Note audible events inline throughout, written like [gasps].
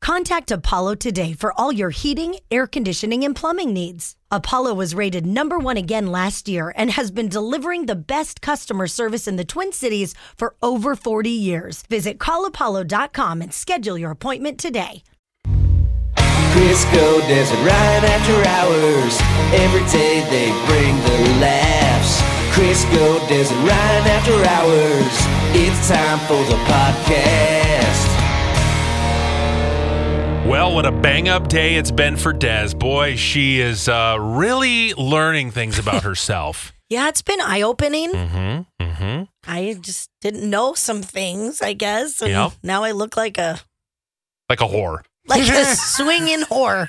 Contact Apollo today for all your heating, air conditioning, and plumbing needs. Apollo was rated number one again last year and has been delivering the best customer service in the Twin Cities for over 40 years. Visit callapollo.com and schedule your appointment today. Crisco Desert Ryan after hours. Every day they bring the laughs. Crisco Desert Ryan after hours. It's time for the podcast. Well, what a bang up day it's been for Des. Boy, she is uh, really learning things [laughs] about herself. Yeah, it's been eye opening. mm-hmm. Mm-hmm. I just didn't know some things, I guess. And Yeah. now I look like a Like a whore. like [laughs] a swinging whore.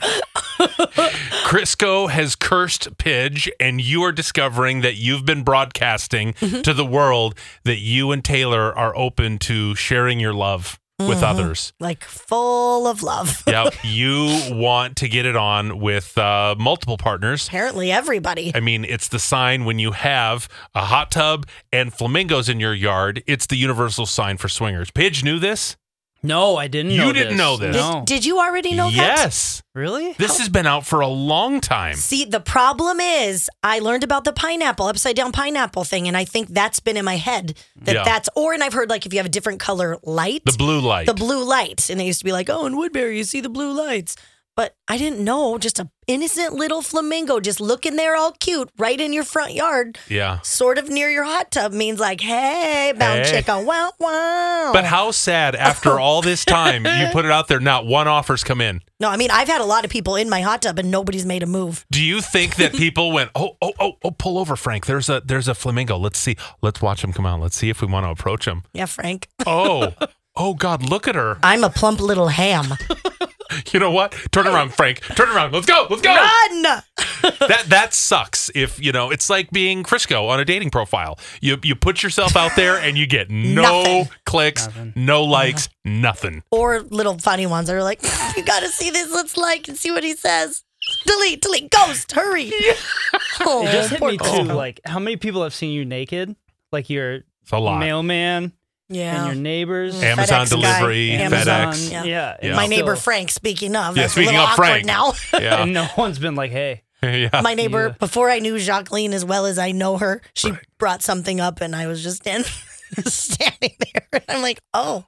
Crisco has cursed Pidge, and you are discovering that you've been broadcasting to the world that you and Taylor are open to sharing your love with others. Like full of love. Yep. you want to get it on with uh, multiple partners. Apparently everybody. I mean, it's the sign when you have a hot tub and flamingos in your yard. It's the universal sign for swingers. Pidge knew this. No, I didn't. You know didn't this. know this. No. Did you already know that? yes. really? This has been out for a long time. See, the problem is I learned about the pineapple, upside down pineapple thing, and I think that's been in my head that Yeah. that's or and I've heard like if you have a different color light, The blue light. the blue light. And they used to be like, oh, in Woodbury, you see the blue lights. But I didn't know, just a innocent little flamingo just looking there all cute right in your front yard, yeah. sort of near your hot tub means like, hey, bound Hey. chicka, wow, wow. But how [laughs] sad after all this time you put it out there, not one offer's come in. no, I mean, I've had a lot of people in my hot tub and nobody's made a move. Do you [laughs] think that people went, oh, oh, oh, oh, pull over, Frank. There's a there's a flamingo. Let's see. Let's watch him come out. Let's see if we want to approach him. Yeah, Frank. [laughs] Oh, oh God, look at her. I'm a plump little ham. You know what? Turn around, Frank. Turn around. Let's go. Let's [laughs] go. Run! That that sucks. If you know, it's like being Crisco on a dating profile. You you put yourself out there and you get no Nothing. clicks, no likes, nothing. Or little funny ones that are like, you gotta see this, let's like and see what he says. Delete, delete, ghost, hurry. Oh, It just hit poor me too. Coco. Like, how many people have seen you naked? Like your It's a lot. mailman Yeah. and your neighbors. Amazon FedEx guy. delivery, Amazon, FedEx. yeah. Yeah. Yeah. and My still- neighbor Frank, speaking of. Yeah, that's speaking a little of awkward Frank. [laughs] now. Yeah. And [laughs] no one's been [laughs] like, hey, yeah. My neighbor, Yeah. before I knew Jacqueline as well as I know her, she brought something up and I was just in, [laughs] standing there. And I'm like, oh.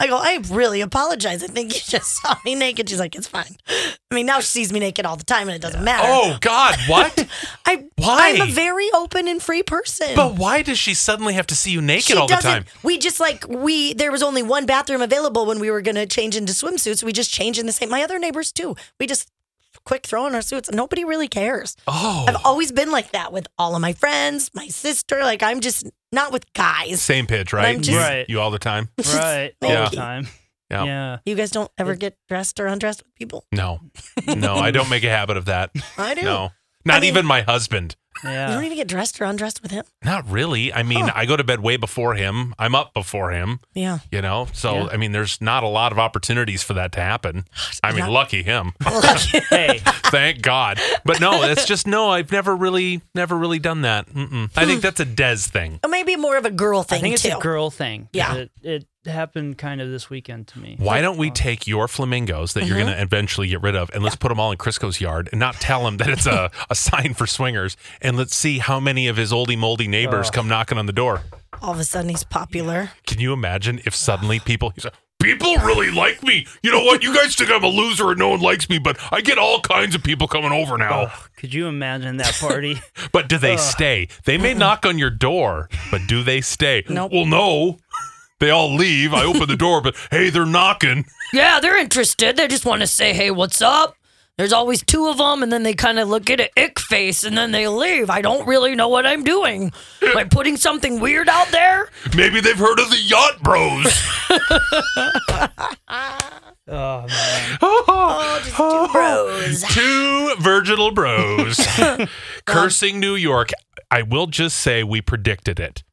I go, I really apologize. I think you just saw me naked. She's like, it's fine. I mean, now she sees me naked all the time and it doesn't matter. Oh God, [laughs] what? I, why? I'm a very open and free person. but why does she suddenly have to see you naked she all the doesn't. time? We just like we there was only one bathroom available when we were gonna change into swimsuits. We just change in the same. My other neighbors too. We just quick throw on our suits. Nobody really cares. Oh, I've always been like that with all of my friends, my sister. Like I'm just not with guys. same pitch, right? I'm just- Right. You all the time? right, all Yeah. the time. Yeah. yeah. You guys don't Mm. ever get dressed or undressed with people. No, no, I don't make a habit of that. [laughs] I do. No, not mean- even my husband. You Yeah. don't even get dressed or undressed with him. Not really. I mean, I go to bed way before him. I'm up before him. [laughs] Yeah. You know, so Yeah. I mean, there's not a lot of opportunities for that to [sighs] happen. I mean, Yeah. lucky him. [laughs] [laughs] [laughs] hey, Thank God. But no, it's just no. I've never really, never really done that. Mm-mm. I Hmm. think that's a Des thing. Or maybe more of a girl thing I think it's too. a girl thing. Yeah. It, it happened kind of this weekend to me. Why don't we take your flamingos that Mm-hmm. you're going to eventually get rid of and let's put them all in Crisco's yard and not tell him that it's [laughs] a, a sign for swingers and let's see how many of his oldie moldy neighbors come knocking on the door. All of a sudden he's popular. Can you imagine if suddenly people he's like, people really like me? You know what? You guys think I'm a loser and no one likes me, but I get all kinds of people coming over now. Ugh, could you imagine that [laughs] party? But do they stay? They [laughs] may knock on your door, but do they stay? Nope. Well, no. They all leave. I open the door, but hey, they're knocking. Yeah, they're interested. They just want to say, hey, what's up? There's always two of them, and then they kind of look at an ick face and then they leave. I don't really know what I'm doing. Am I putting something weird out there? Maybe they've heard of the Yacht Bros. [laughs] oh man. Oh, just two bros. Two [laughs] virginal bros cursing New York. I will just say we predicted it.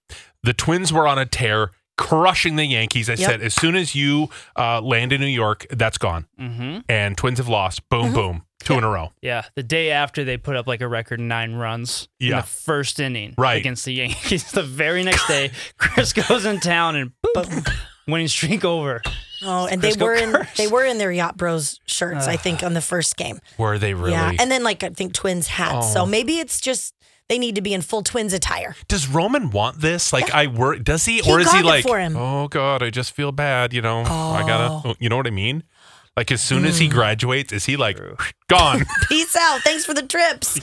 The Twins were on a tear, crushing the Yankees. I said, as soon as you uh, land in New York, that's gone. Mm-hmm. And Twins have lost. Boom, Uh-huh. boom, two in a row. Yeah, the day after they put up like a record nine runs in Yeah. the first inning Right. [laughs] against the Yankees. The very next day, Chris goes in town and boop, winning streak over. Oh, and they Crisco were in curse. they were in their yacht bros shirts, I [sighs] think, on the first game. Were they really? Yeah, and then like I think twins hats. Oh. So maybe it's just they need to be in full twins attire. does Roman want this? Like, I worry. Does he, He or is he got it like, for him. Oh. oh god, I just feel bad. You know, I gotta. oh," You know what I mean? Like, as soon as Mm. he graduates, is he like [laughs] gone? Peace out. Thanks for the trips.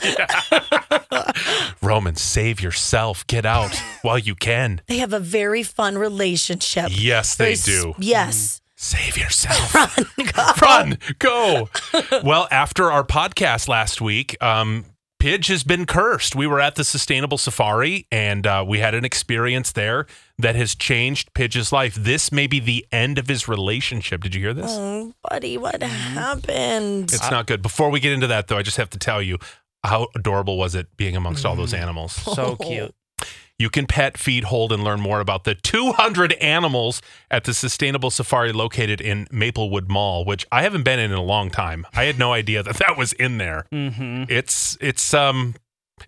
Roman, save yourself. Get [laughs] out while you can. They have a very fun relationship. Yes, they Very s- do. Mm-hmm. [laughs] Yes. Save yourself. Run, go. [laughs] well, after our podcast last week, um, Pidge has been cursed. We were at the Sustainable Safari and uh, we had an experience there that has changed Pidge's life. This may be the end of his relationship. Did you hear this? Oh, buddy, what happened? Mm-hmm. It's not good. Before we get into that, though, I just have to tell you how adorable was it being amongst all those animals? So cute. You can pet, feed, hold, and learn more about the 200 animals at the Sustainable Safari located in Maplewood Mall, which I haven't been in in a long time. I had no idea that that was in there. Hmm. Mm-hmm. It's it's um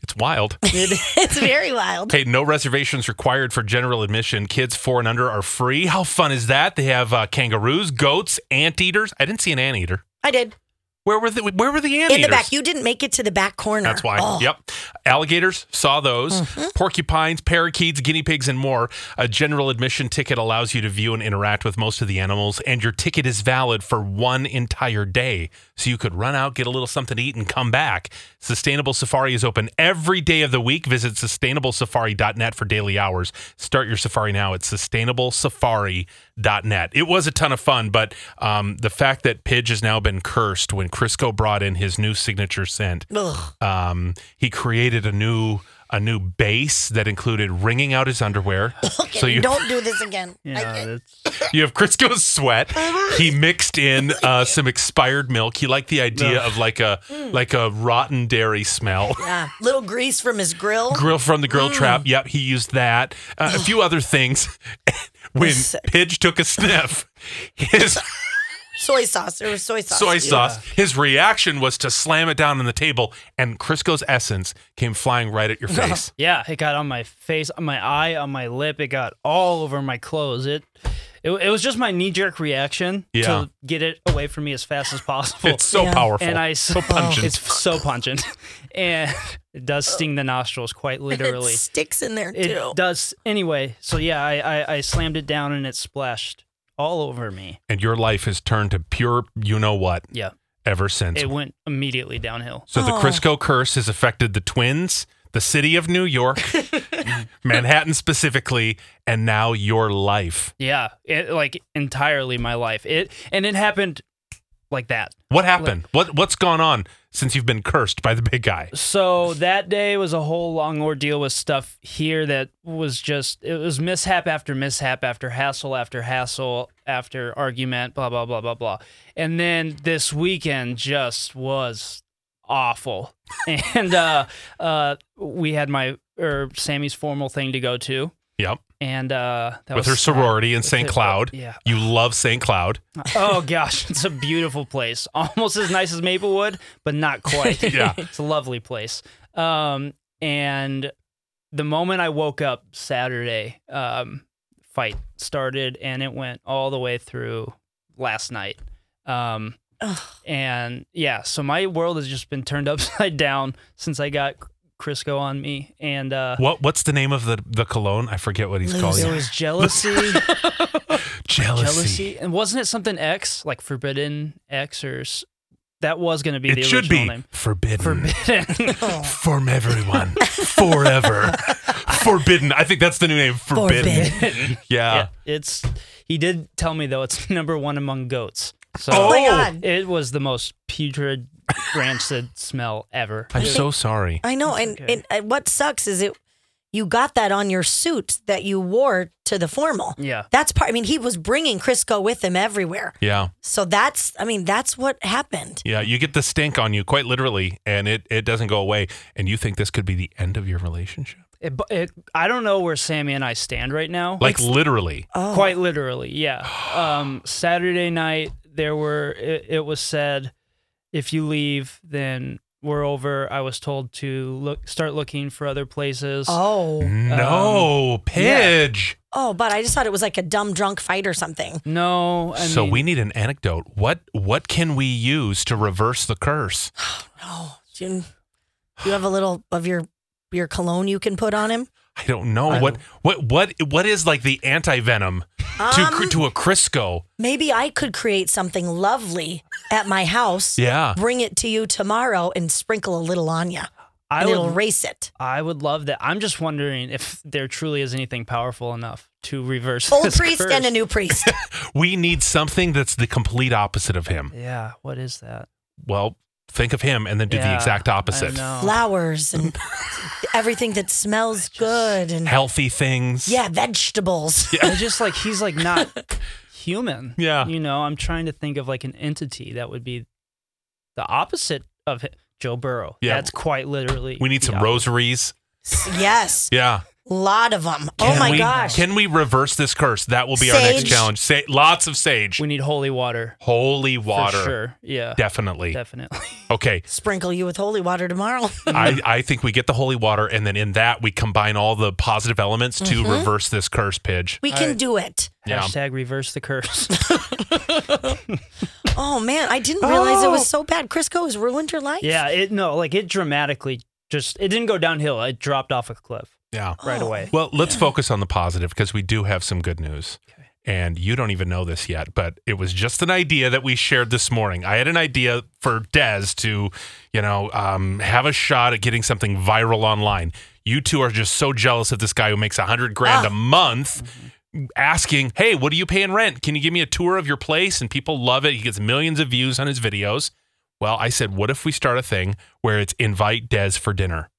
it's wild. [laughs] it's very wild. Hey, no reservations required for general admission. Kids four and under are free. How fun is that? They have uh, kangaroos, goats, anteaters. I didn't see an anteater. [laughs] I did. Where were the Where were the anteaters? In the back. You didn't make it to the back corner. That's why. Oh. Yep. Alligators, saw those. Porcupines, parakeets, guinea pigs, and more. A general admission ticket allows you to view and interact with most of the animals, and your ticket is valid for one entire day. So you could run out, get a little something to eat, and come back. Sustainable Safari is open every day of the week. Visit sustainablesafari.net for daily hours. Start your safari now at sustainablesafari.net. It was a ton of fun, but um, the fact that Pidge has now been cursed when Crisco brought in his new signature scent Ugh. um, he created a new a new base that included wringing out his underwear. so you Don't do this again. Yeah, [laughs] that's you have Crisco's sweat. He mixed in uh, some expired milk. He liked the idea of like a like a rotten dairy smell. [laughs] Yeah. Little grease from his grill. Grill from the grill trap. Yep, he used that. Uh, a few other things. [laughs] when Pidge took a sniff, his soy sauce. There was soy sauce. soy sauce. His reaction was to slam it down on the table, and Crisco's essence came flying right at your face. yeah. It got on my face, on my eye, on my lip. It got all over my clothes. It. It, it was just my knee jerk reaction Yeah. to get it away from me as fast as possible. It's so powerful. and I so pungent. [laughs] It's so pungent, and it does sting the nostrils quite literally. It sticks in there too. It does anyway. So yeah, I, I I slammed it down and it splashed all over me. and your life has turned to pure you know what Yeah, ever since. it went immediately downhill. so the Oh. Crisco curse has affected the twins, the city of New York, [laughs] Manhattan specifically, and now your life. Yeah, it, like entirely my life. It and it happened like that. What happened? What what's gone on since you've been cursed by the big guy? So that day was a whole long ordeal with stuff here that was just it was mishap after mishap after hassle after hassle after argument blah blah blah blah blah. And then this weekend just was awful. [laughs] and uh uh we had my or Sammy's formal thing to go to Yep. and uh that With was her sorority in with St. it- Cloud. Yeah. You love St. Cloud. Oh gosh, it's a beautiful place. [laughs] Almost as nice as Maplewood, but not quite. Yeah. It's a lovely place. Um and the moment I woke up Saturday, um fight started and it went all the way through last night. Um Ugh. and yeah, so my world has just been turned [laughs] upside down since I got Crisco on me and uh What what's the name of the, the cologne? I forget what he's calling there it. was jealousy. Jealousy. jealousy and wasn't it something x like forbidden x or s- that was going to be the It should be original name forbidden. forbidden From everyone. Forever. forbidden. I think that's the new name. Forbidden. yeah [laughs] Yeah. it's he did tell me though it's [laughs] number one among goats so Oh my God. it was the most putrid rancid smell ever I'm so sorry. I know. And, and, and what sucks is it you got that on your suit that you wore to the formal. yeah That's part. I mean, he was bringing Crisco with him everywhere. Yeah. So that's, I mean, that's what happened. Yeah. You get the stink on you quite literally, and it, it doesn't go away. And you think this could be the end of your relationship? it, bu- it, i don't know where sammy and i stand right now Like, literally. Oh, quite literally [gasps] yeah um saturday night there were it, it was said if you leave then were over, I was told to look start looking for other places. Mm-hmm. Oh. Um, No, Pidge. Oh, but I just thought it was like a dumb drunk fight or something. No, I so mean, we need an anecdote. What what can we use to reverse the curse? No. Do Oh, you, do you have a little of your your cologne you can put on him? I don't know. what what what what is like the anti venom to cr- to a Crisco? Maybe I could create something lovely at my house. Yeah. Bring it to you tomorrow and sprinkle a little on you. I And it'll would, [laughs] erase it. I would love that. I'm just wondering if there truly is anything powerful enough to reverse Old this priest curse. and a new priest. We need something that's the complete opposite of him. Yeah, what is that? Well, think of him and then do the Yeah, exact opposite. I know. Oh. Flowers and [laughs] everything that smells good and Healthy things. yeah, vegetables. I just like he's [laughs] like not human. Yeah. You know, I'm trying to think of like an entity that would be the opposite of hi- Joe Burrow. Yeah. That's quite literally. We need the some opposite. rosaries. yes. Yeah. A lot of them. oh Can my we- gosh. Can we reverse this curse? That will be our next Sage. challenge. Sa- lots of sage. We need holy water. Holy Water. water. For sure. Yeah. Definitely. Definitely. [laughs] Okay. Sprinkle you with holy water tomorrow. [laughs] I, I think we get the holy water, and then in that, we combine all the positive elements to Mm-hmm. reverse this curse, Pidge. We can do it. [laughs] Yeah. Hashtag reverse [laughs] the curse. Oh man, I didn't realize it was Oh. so bad. Crisco has ruined your life. yeah. It no, like it dramatically just it didn't go downhill. It dropped off a cliff Yeah. [gasps] right away. Well, let's focus on the positive because we do have some good news. And you don't even know this yet, but it was just an idea that we shared this morning. I had an idea for Dez to, you know, um, have a shot at getting something viral online. You two are just so jealous of this guy who makes a hundred grand a month. Asking, hey, what do you pay in rent? Can you give me a tour of your place? And people love it. He gets millions of views on his videos. Well, I said, what if we start a thing where it's invite Dez for dinner?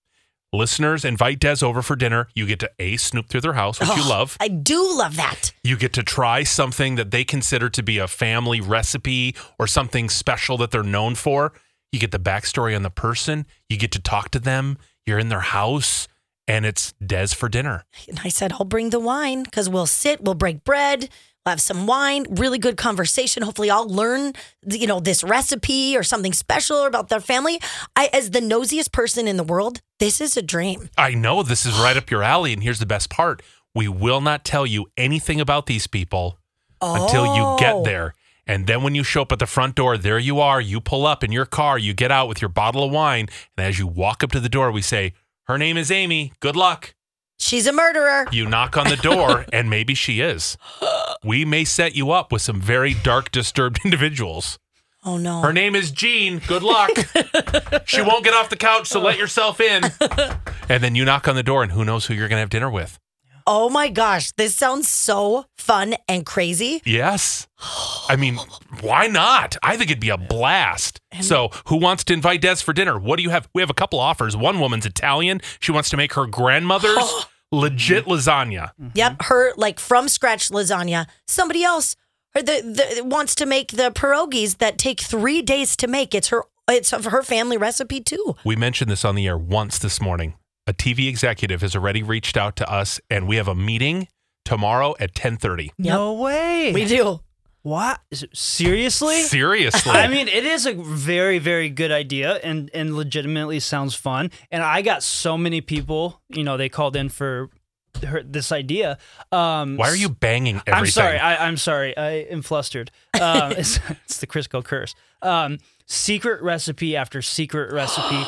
Listeners, invite Des over for dinner. You get to A, snoop through their house, which you love. I do love that. You get to try something that they consider to be a family recipe or something special that they're known for. You get the backstory on the person. You get to talk to them. You're in their house, and it's Des for dinner. And I said, I'll bring the wine because we'll sit, we'll break bread, we'll have some wine, really good conversation. Hopefully, I'll learn, you know, this recipe or something special about their family. I, as the nosiest person in the world, this is a dream. I know this is right up your alley, and here's the best part we will not tell you anything about these people until you Oh. get there. And then when you show up at the front door, there you are. You pull up in your car, you get out with your bottle of wine. And as you walk up to the door, we say, Her name is Amy. Good luck. She's a murderer. You knock on the door, and maybe she is. We may set you up with some very dark, disturbed [laughs] individuals. Oh no. Her name is Jean. Good luck. she won't get off the couch, so let yourself in. And then you knock on the door, and who knows who you're going to have dinner with? Oh my gosh, this sounds so fun and crazy. Yes. I mean, why not? I think it'd be a blast. so, who wants to invite Des for dinner? What do you have? We have a couple offers. One woman's Italian. She wants to make her grandmother's legit lasagna. Yep, her like from scratch lasagna. Somebody else or the, the wants to make the pierogies that take three days to make. It's her. It's of her family recipe too. We mentioned this on the air once this morning. A TV executive has already reached out to us, and we have a meeting tomorrow at 10.30. No way. We do. What? Is it- Seriously? Seriously. I mean, it is a very, very good idea and, and legitimately sounds fun. And I got so many people, you know, they called in for her, this idea. Um, why are you banging everything? I'm sorry. I, I'm sorry. I am flustered. Um, [laughs] it's, it's the Crisco curse. Um, secret recipe after [gasps] secret recipe,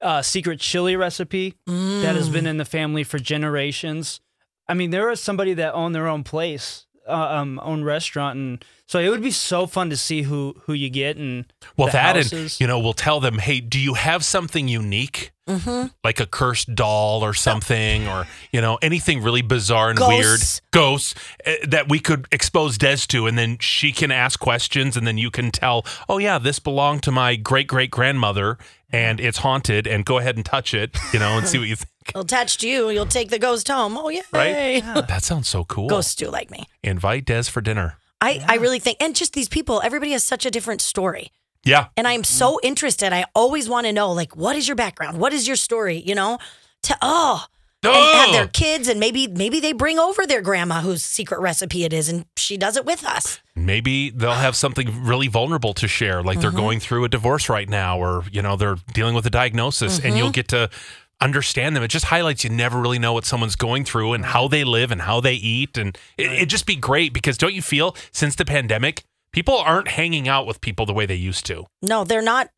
uh, secret chili recipe that has been in the family for generations. I mean, there is somebody that owned their own place, uh, um, own restaurant, and so it would be so fun to see who who you get and well, the that houses. and, you know, we'll tell them, hey, do you have something unique? Mm-hmm. Like a cursed doll or something, or, you know, anything really bizarre and Ghosts. weird. Ghosts. eh, that we could expose Des to, and then she can ask questions, and then you can tell, oh, yeah, this belonged to my great great grandmother, and it's haunted, and go ahead and touch it, you know, and see what [laughs] you think. It'll attach to you. You'll take the ghost home. Oh yeah. Right? That sounds so cool. Ghosts do like me. Invite Des for dinner. I, I really think, and just these people, everybody has such a different story. Yeah. And I'm so interested. I always want to know, like, what is your background? What is your story? You know, to, oh, and have their Oh. kids, and maybe maybe they bring over their grandma whose secret recipe it is, and she does it with us. Maybe they'll have something really vulnerable to share, like they're going through a divorce right now, or you know they're dealing with a diagnosis, and you'll get to understand them. It just highlights you never really know what someone's going through and how they live and how they eat, and it, it'd just be great because don't you feel since the pandemic, people aren't hanging out with people the way they used to, No, they're not.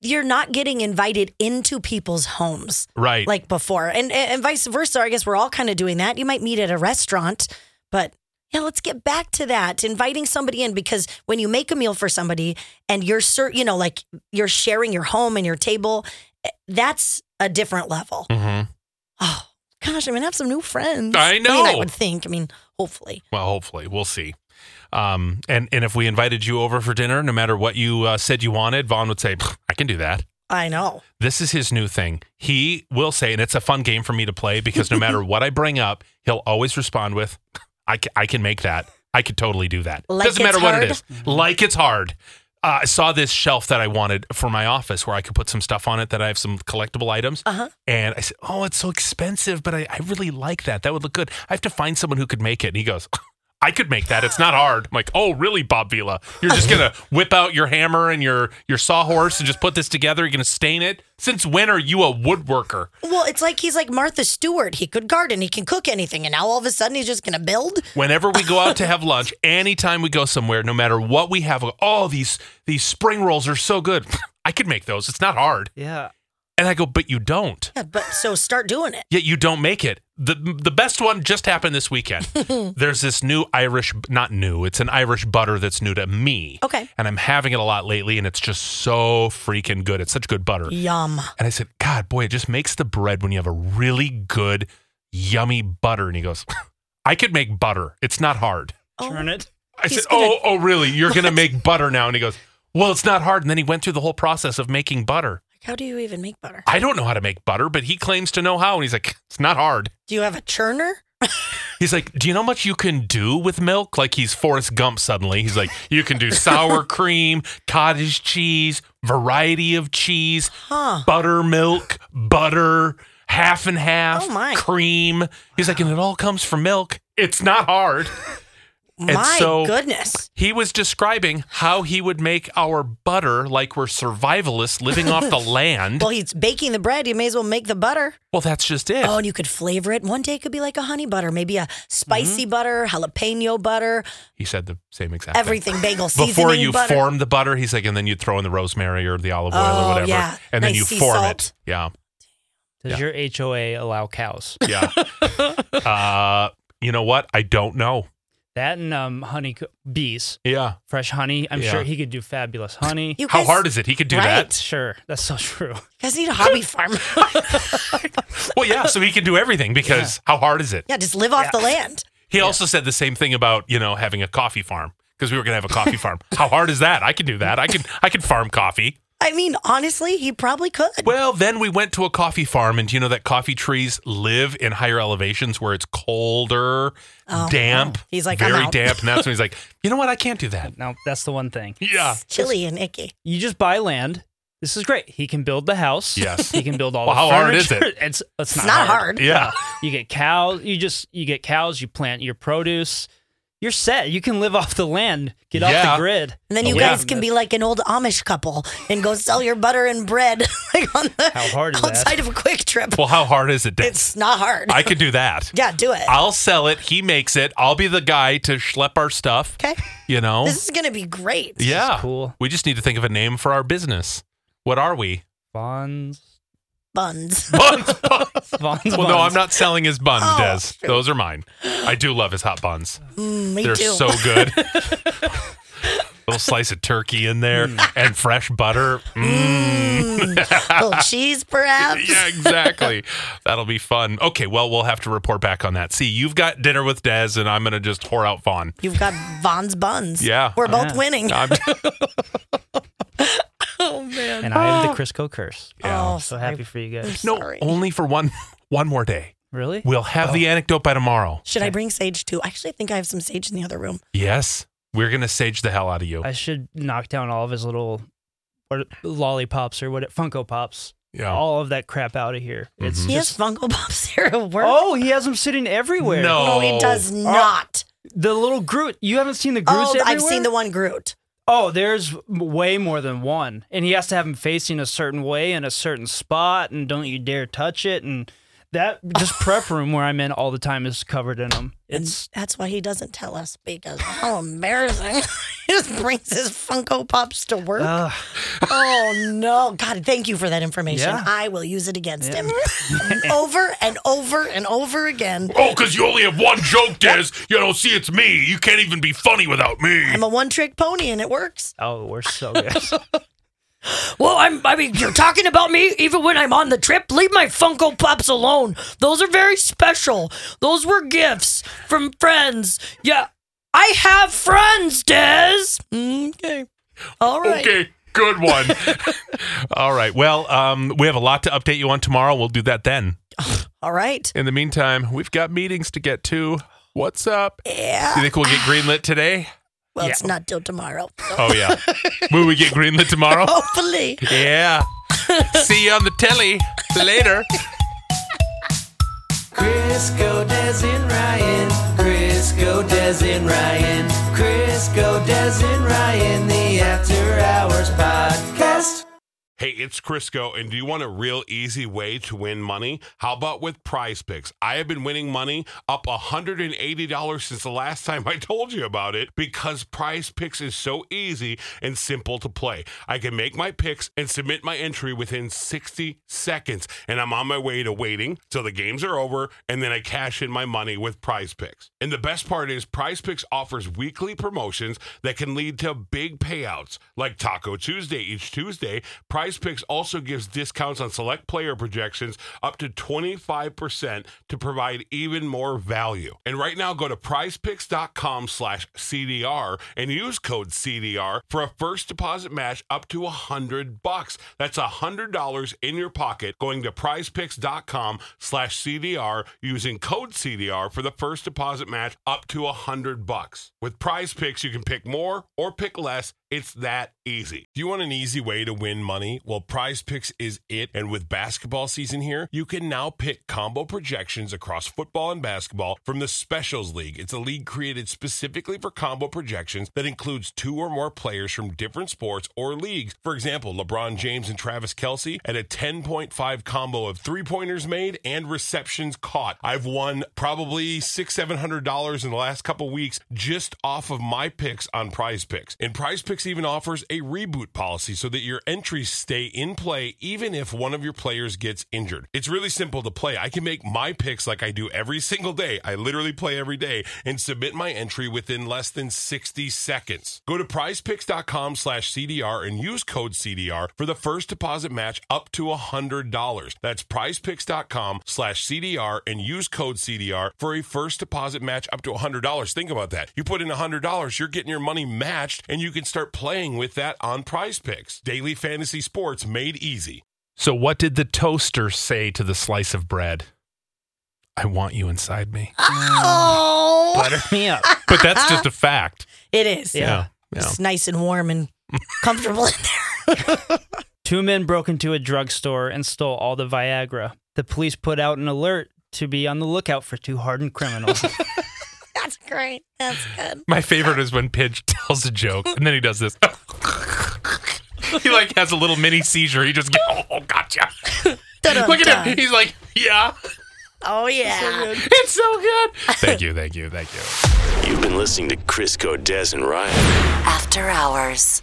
You're not getting invited into people's homes right? like before, and and vice versa. I guess we're all kind of doing that. You might meet at a restaurant, but yeah, let's get back to that inviting somebody in because when you make a meal for somebody and you're cer- you know, like you're sharing your home and your table, eh, that's a different level. hmm Oh gosh, I'm gonna have some new friends. I I, mean, I know. would think. I mean, hopefully. Well, hopefully, we'll see. Um, and and if we invited you over for dinner, no matter what you uh, said you wanted, Vaughn would say, "Pfft, "I can do that." I know. This is his new thing. He will say, and it's a fun game for me to play because no matter what I bring up, he'll always respond with, "I can, I can make that. I could totally do that. Like Doesn't matter it's what it hard? is. Like it's hard." Uh, I saw this shelf that I wanted for my office where I could put some stuff on it that I have some collectible items. Uh-huh. And I said, Oh, it's so expensive, but I, I really like that. That would look good. I have to find someone who could make it. And he goes, [laughs] I could make that. It's not hard. I'm like, oh, really, Bob Vila? You're just [laughs] gonna whip out your hammer and your your sawhorse and just put this together. You're gonna stain it. Since when are you a woodworker? Well, it's like he's like Martha Stewart. He could garden, he can cook anything, and now all of a sudden he's just gonna build. Whenever we go out to have lunch, anytime we go somewhere, no matter what we have, oh, these these spring rolls are so good. [laughs] I could make those. It's not hard. Yeah. And I go, but you don't. Yeah, Uh, but so start doing it. Yet you don't make it. The the best one just happened this weekend. There's this new Irish, not new. It's an Irish butter that's new to me. Okay. And I'm having it a lot lately, and it's just so freaking good. It's such good butter. Yum. And I said, God, boy, it just makes the bread when you have a really good, yummy butter. And he goes, [laughs] I could make butter. It's not hard. Oh, Turn it. I He's said, gonna- "Oh, oh, really? You're [laughs] gonna make butter now?" And he goes, "Well, it's not hard." And then he went through the whole process of making butter. Like, how do you even make butter? I don't know how to make butter, but he claims to know how, and he's like, "It's not hard." Do you have a churner? He's like, "Do you know how much you can do with milk?" Like he's Forrest Gump suddenly. He's like, "You can do [laughs] sour cream, cottage cheese, variety of cheese, Huh. buttermilk, butter, half and half, Oh, my. cream." He's like, "And it all comes from milk. It's not hard." My so- goodness. He was describing how he would make our butter like we're survivalists living off [laughs] the land. Well, he's baking the bread. You may as well make the butter. Well, that's just it. Oh, and you could flavor it. One day it could be like a honey butter, maybe a spicy Mm-hmm. butter, jalapeno butter, He said the same exact thing. everything bagel seasoning Before you butter. form the butter, he's like, and then you'd throw in the rosemary or the olive oil Oh, or whatever. yeah. And then Nice you sea form salt. it. Yeah. Does your HOA allow cows? Yeah. [laughs] uh, you know what? I don't know. That and um, honey co- bees, Yeah. fresh honey. I'm Yeah. sure he could do fabulous honey. You How guys- hard is it? He could do Right. that. sure, that's so [laughs] true. You guys need a hobby farm. [laughs] Well, yeah. So he could do everything because how hard is it? yeah, just live off the land. He also said the same thing about you know having a coffee farm because we were gonna have a coffee [laughs] farm. How hard is that? I can do that. I can I can farm coffee. I mean, honestly, he probably could. Well, then we went to a coffee farm, and do you know that coffee trees live in higher elevations where it's colder, damp. Oh, He's like, I'm very out. damp, and that's when he's like, you know what? I can't do that. Now that's the one thing. Yeah. Chilly and icky. You just buy land. This is great. He can build the house. Yes. He can build all Well, the how hard is furniture. [laughs] it? It's, it's It's not, not hard. hard. Yeah. You get cows. You just you get cows. You plant your produce. You're set. You can live off the land. Get off Yeah. the grid. And then you Oh, Yeah. guys can be like an old Amish couple and go sell your butter and bread [laughs] like on the How hard is that? outside of a [laughs] quick trip. Well, how hard is it? Dan? It's not hard. I could do that. yeah, do it. I'll sell it. He makes it. I'll be the guy to schlep our stuff. okay. You know. This is going to be great. yeah. cool. We just need to think of a name for our business. What are we? Bonds. [laughs] Buns. [laughs] Buns, buns. Bonds. Well, no, I'm not selling his buns, Oh, Des. Those are mine. I do love his hot buns. Mm, [laughs] [laughs] me They're too. so [laughs] good. Little slice of turkey in there and fresh butter. Mm. [laughs] Little cheese, perhaps. Yeah, exactly. That'll be fun. Okay, well, we'll have to report back on that. See, you've got dinner with Des, and I'm going to just whore out [laughs] Vaughn. You've got Vaughn's buns. Yeah. We're both Yeah. winning. [laughs] I'm, And I have the Crisco curse. yeah. Oh, So happy for you [laughs] guys. Ah. no, sorry. Oh. only for one one more day. Really? We'll have the anecdote by tomorrow. Should I bring sage too? I actually think I have some sage in the other room. Yes, we're going to sage the hell out of you. I should knock down all of his little or lollipops or what Funko Pops. Yeah. Mm-hmm. all of that crap out of here. It's He has just Funko Pops [laughs] there at work. oh, he has them sitting everywhere. No. no, he Oh. does not. the little Groot. You haven't seen the Groots Oh, everywhere. I've seen the one Groot. Oh, there's m- way more than one, and he has to have him facing a certain way in a certain spot, and don't you dare touch it. And that [laughs] just prep room where I'm in all the time is covered in them. It's That's why he doesn't tell us because how embarrassing. [laughs] he just brings his Funko Pops to work. Uh, Ugh. oh no. God, thank you for that information. Yeah. I will use it against him. [laughs] over and over and over again. Oh, because you only have one joke, Des. You don't see it's me. You can't even be funny without me. I'm a one trick pony and it works. oh, we're [laughs] so good. Well, I'm. I mean, you're talking about me even when I'm on the trip. Leave my Funko Pops alone. Those are very special. Those were gifts from friends. Yeah, I have friends, Des. Okay. All right. Okay, good one. [laughs] All right. Well, um, we have a lot to update you on tomorrow. We'll do that then. All right. In the meantime, we've got meetings to get to. What's up? Yeah. Do you think we'll get greenlit today? Well, it's not till tomorrow. So Oh yeah. Will we get greenlit [laughs] tomorrow? hopefully. Yeah. See you on the telly later. Crisco Des and Ryan. Crisco Des and Ryan. Crisco Des and Ryan. The After Hours Podcast. Hey, it's Crisco, and do you want a real easy way to win money? How about with prize picks? I have been winning money up $180 since the last time I told you about it because prize picks is so easy and simple to play. I can make my picks and submit my entry within 60 seconds, and I'm on my way to waiting till the games are over, and then I cash in my money with prize picks. And the best part is, prize picks offers weekly promotions that can lead to big payouts like Taco Tuesday each Tuesday. Prize Picks also gives discounts on select player projections up to 25% to provide even more value. And right now go to prizepicks.com slash CDR and use code CDR for a first deposit match up to a hundred bucks. That's a hundred dollars in your pocket going to prizepicks.com slash CDR using code CDR for the first deposit match up to a hundred bucks. With prize picks, you can pick more or pick less. It's that easy. Do you want an easy way to win money? Well, Prize Picks is it. And with basketball season here, you can now pick combo projections across football and basketball from the Specials League. It's a league created specifically for combo projections that includes two or more players from different sports or leagues. For example, LeBron James and Travis Kelsey at a 10.5 combo of three pointers made and receptions caught. I've won probably six, seven hundred dollars in the last couple weeks just off of my picks on prize picks. And prize picks even offers a reboot policy so that your entries stay in play even if one of your players gets injured. It's really simple to play. I can make my picks like I do every single day. I literally play every day and submit my entry within less than 60 seconds. Go to prizepicks.com slash CDR and use code CDR for the first deposit match up to $100. That's prizepicks.com slash CDR and use code CDR for a first deposit match up to $100. Think about that. You put in $100, you're getting your money matched and you can start playing with that on prize picks. Daily fantasy sports made easy. So what did the toaster say to the slice of bread? I want you inside me. Oh, Butter me [laughs] up. But that's just a fact. it is. Yeah. [laughs] Yeah. It's nice and warm and comfortable in there. [laughs] Two men broke into a drugstore and stole all the Viagra. The police put out an alert to be on the lookout for two hardened criminals. That's great. That's good. My favorite is when Pidge [laughs] tells a joke and then he does this. [laughs] he like has a little mini seizure. He just [laughs] gets, oh, oh, gotcha. Dun-dun-dun. Look at him. He's like, yeah, Oh yeah. it's so good. Thank you, thank you, thank you. You've been listening to Crisco, Des, and Ryan. After Hours.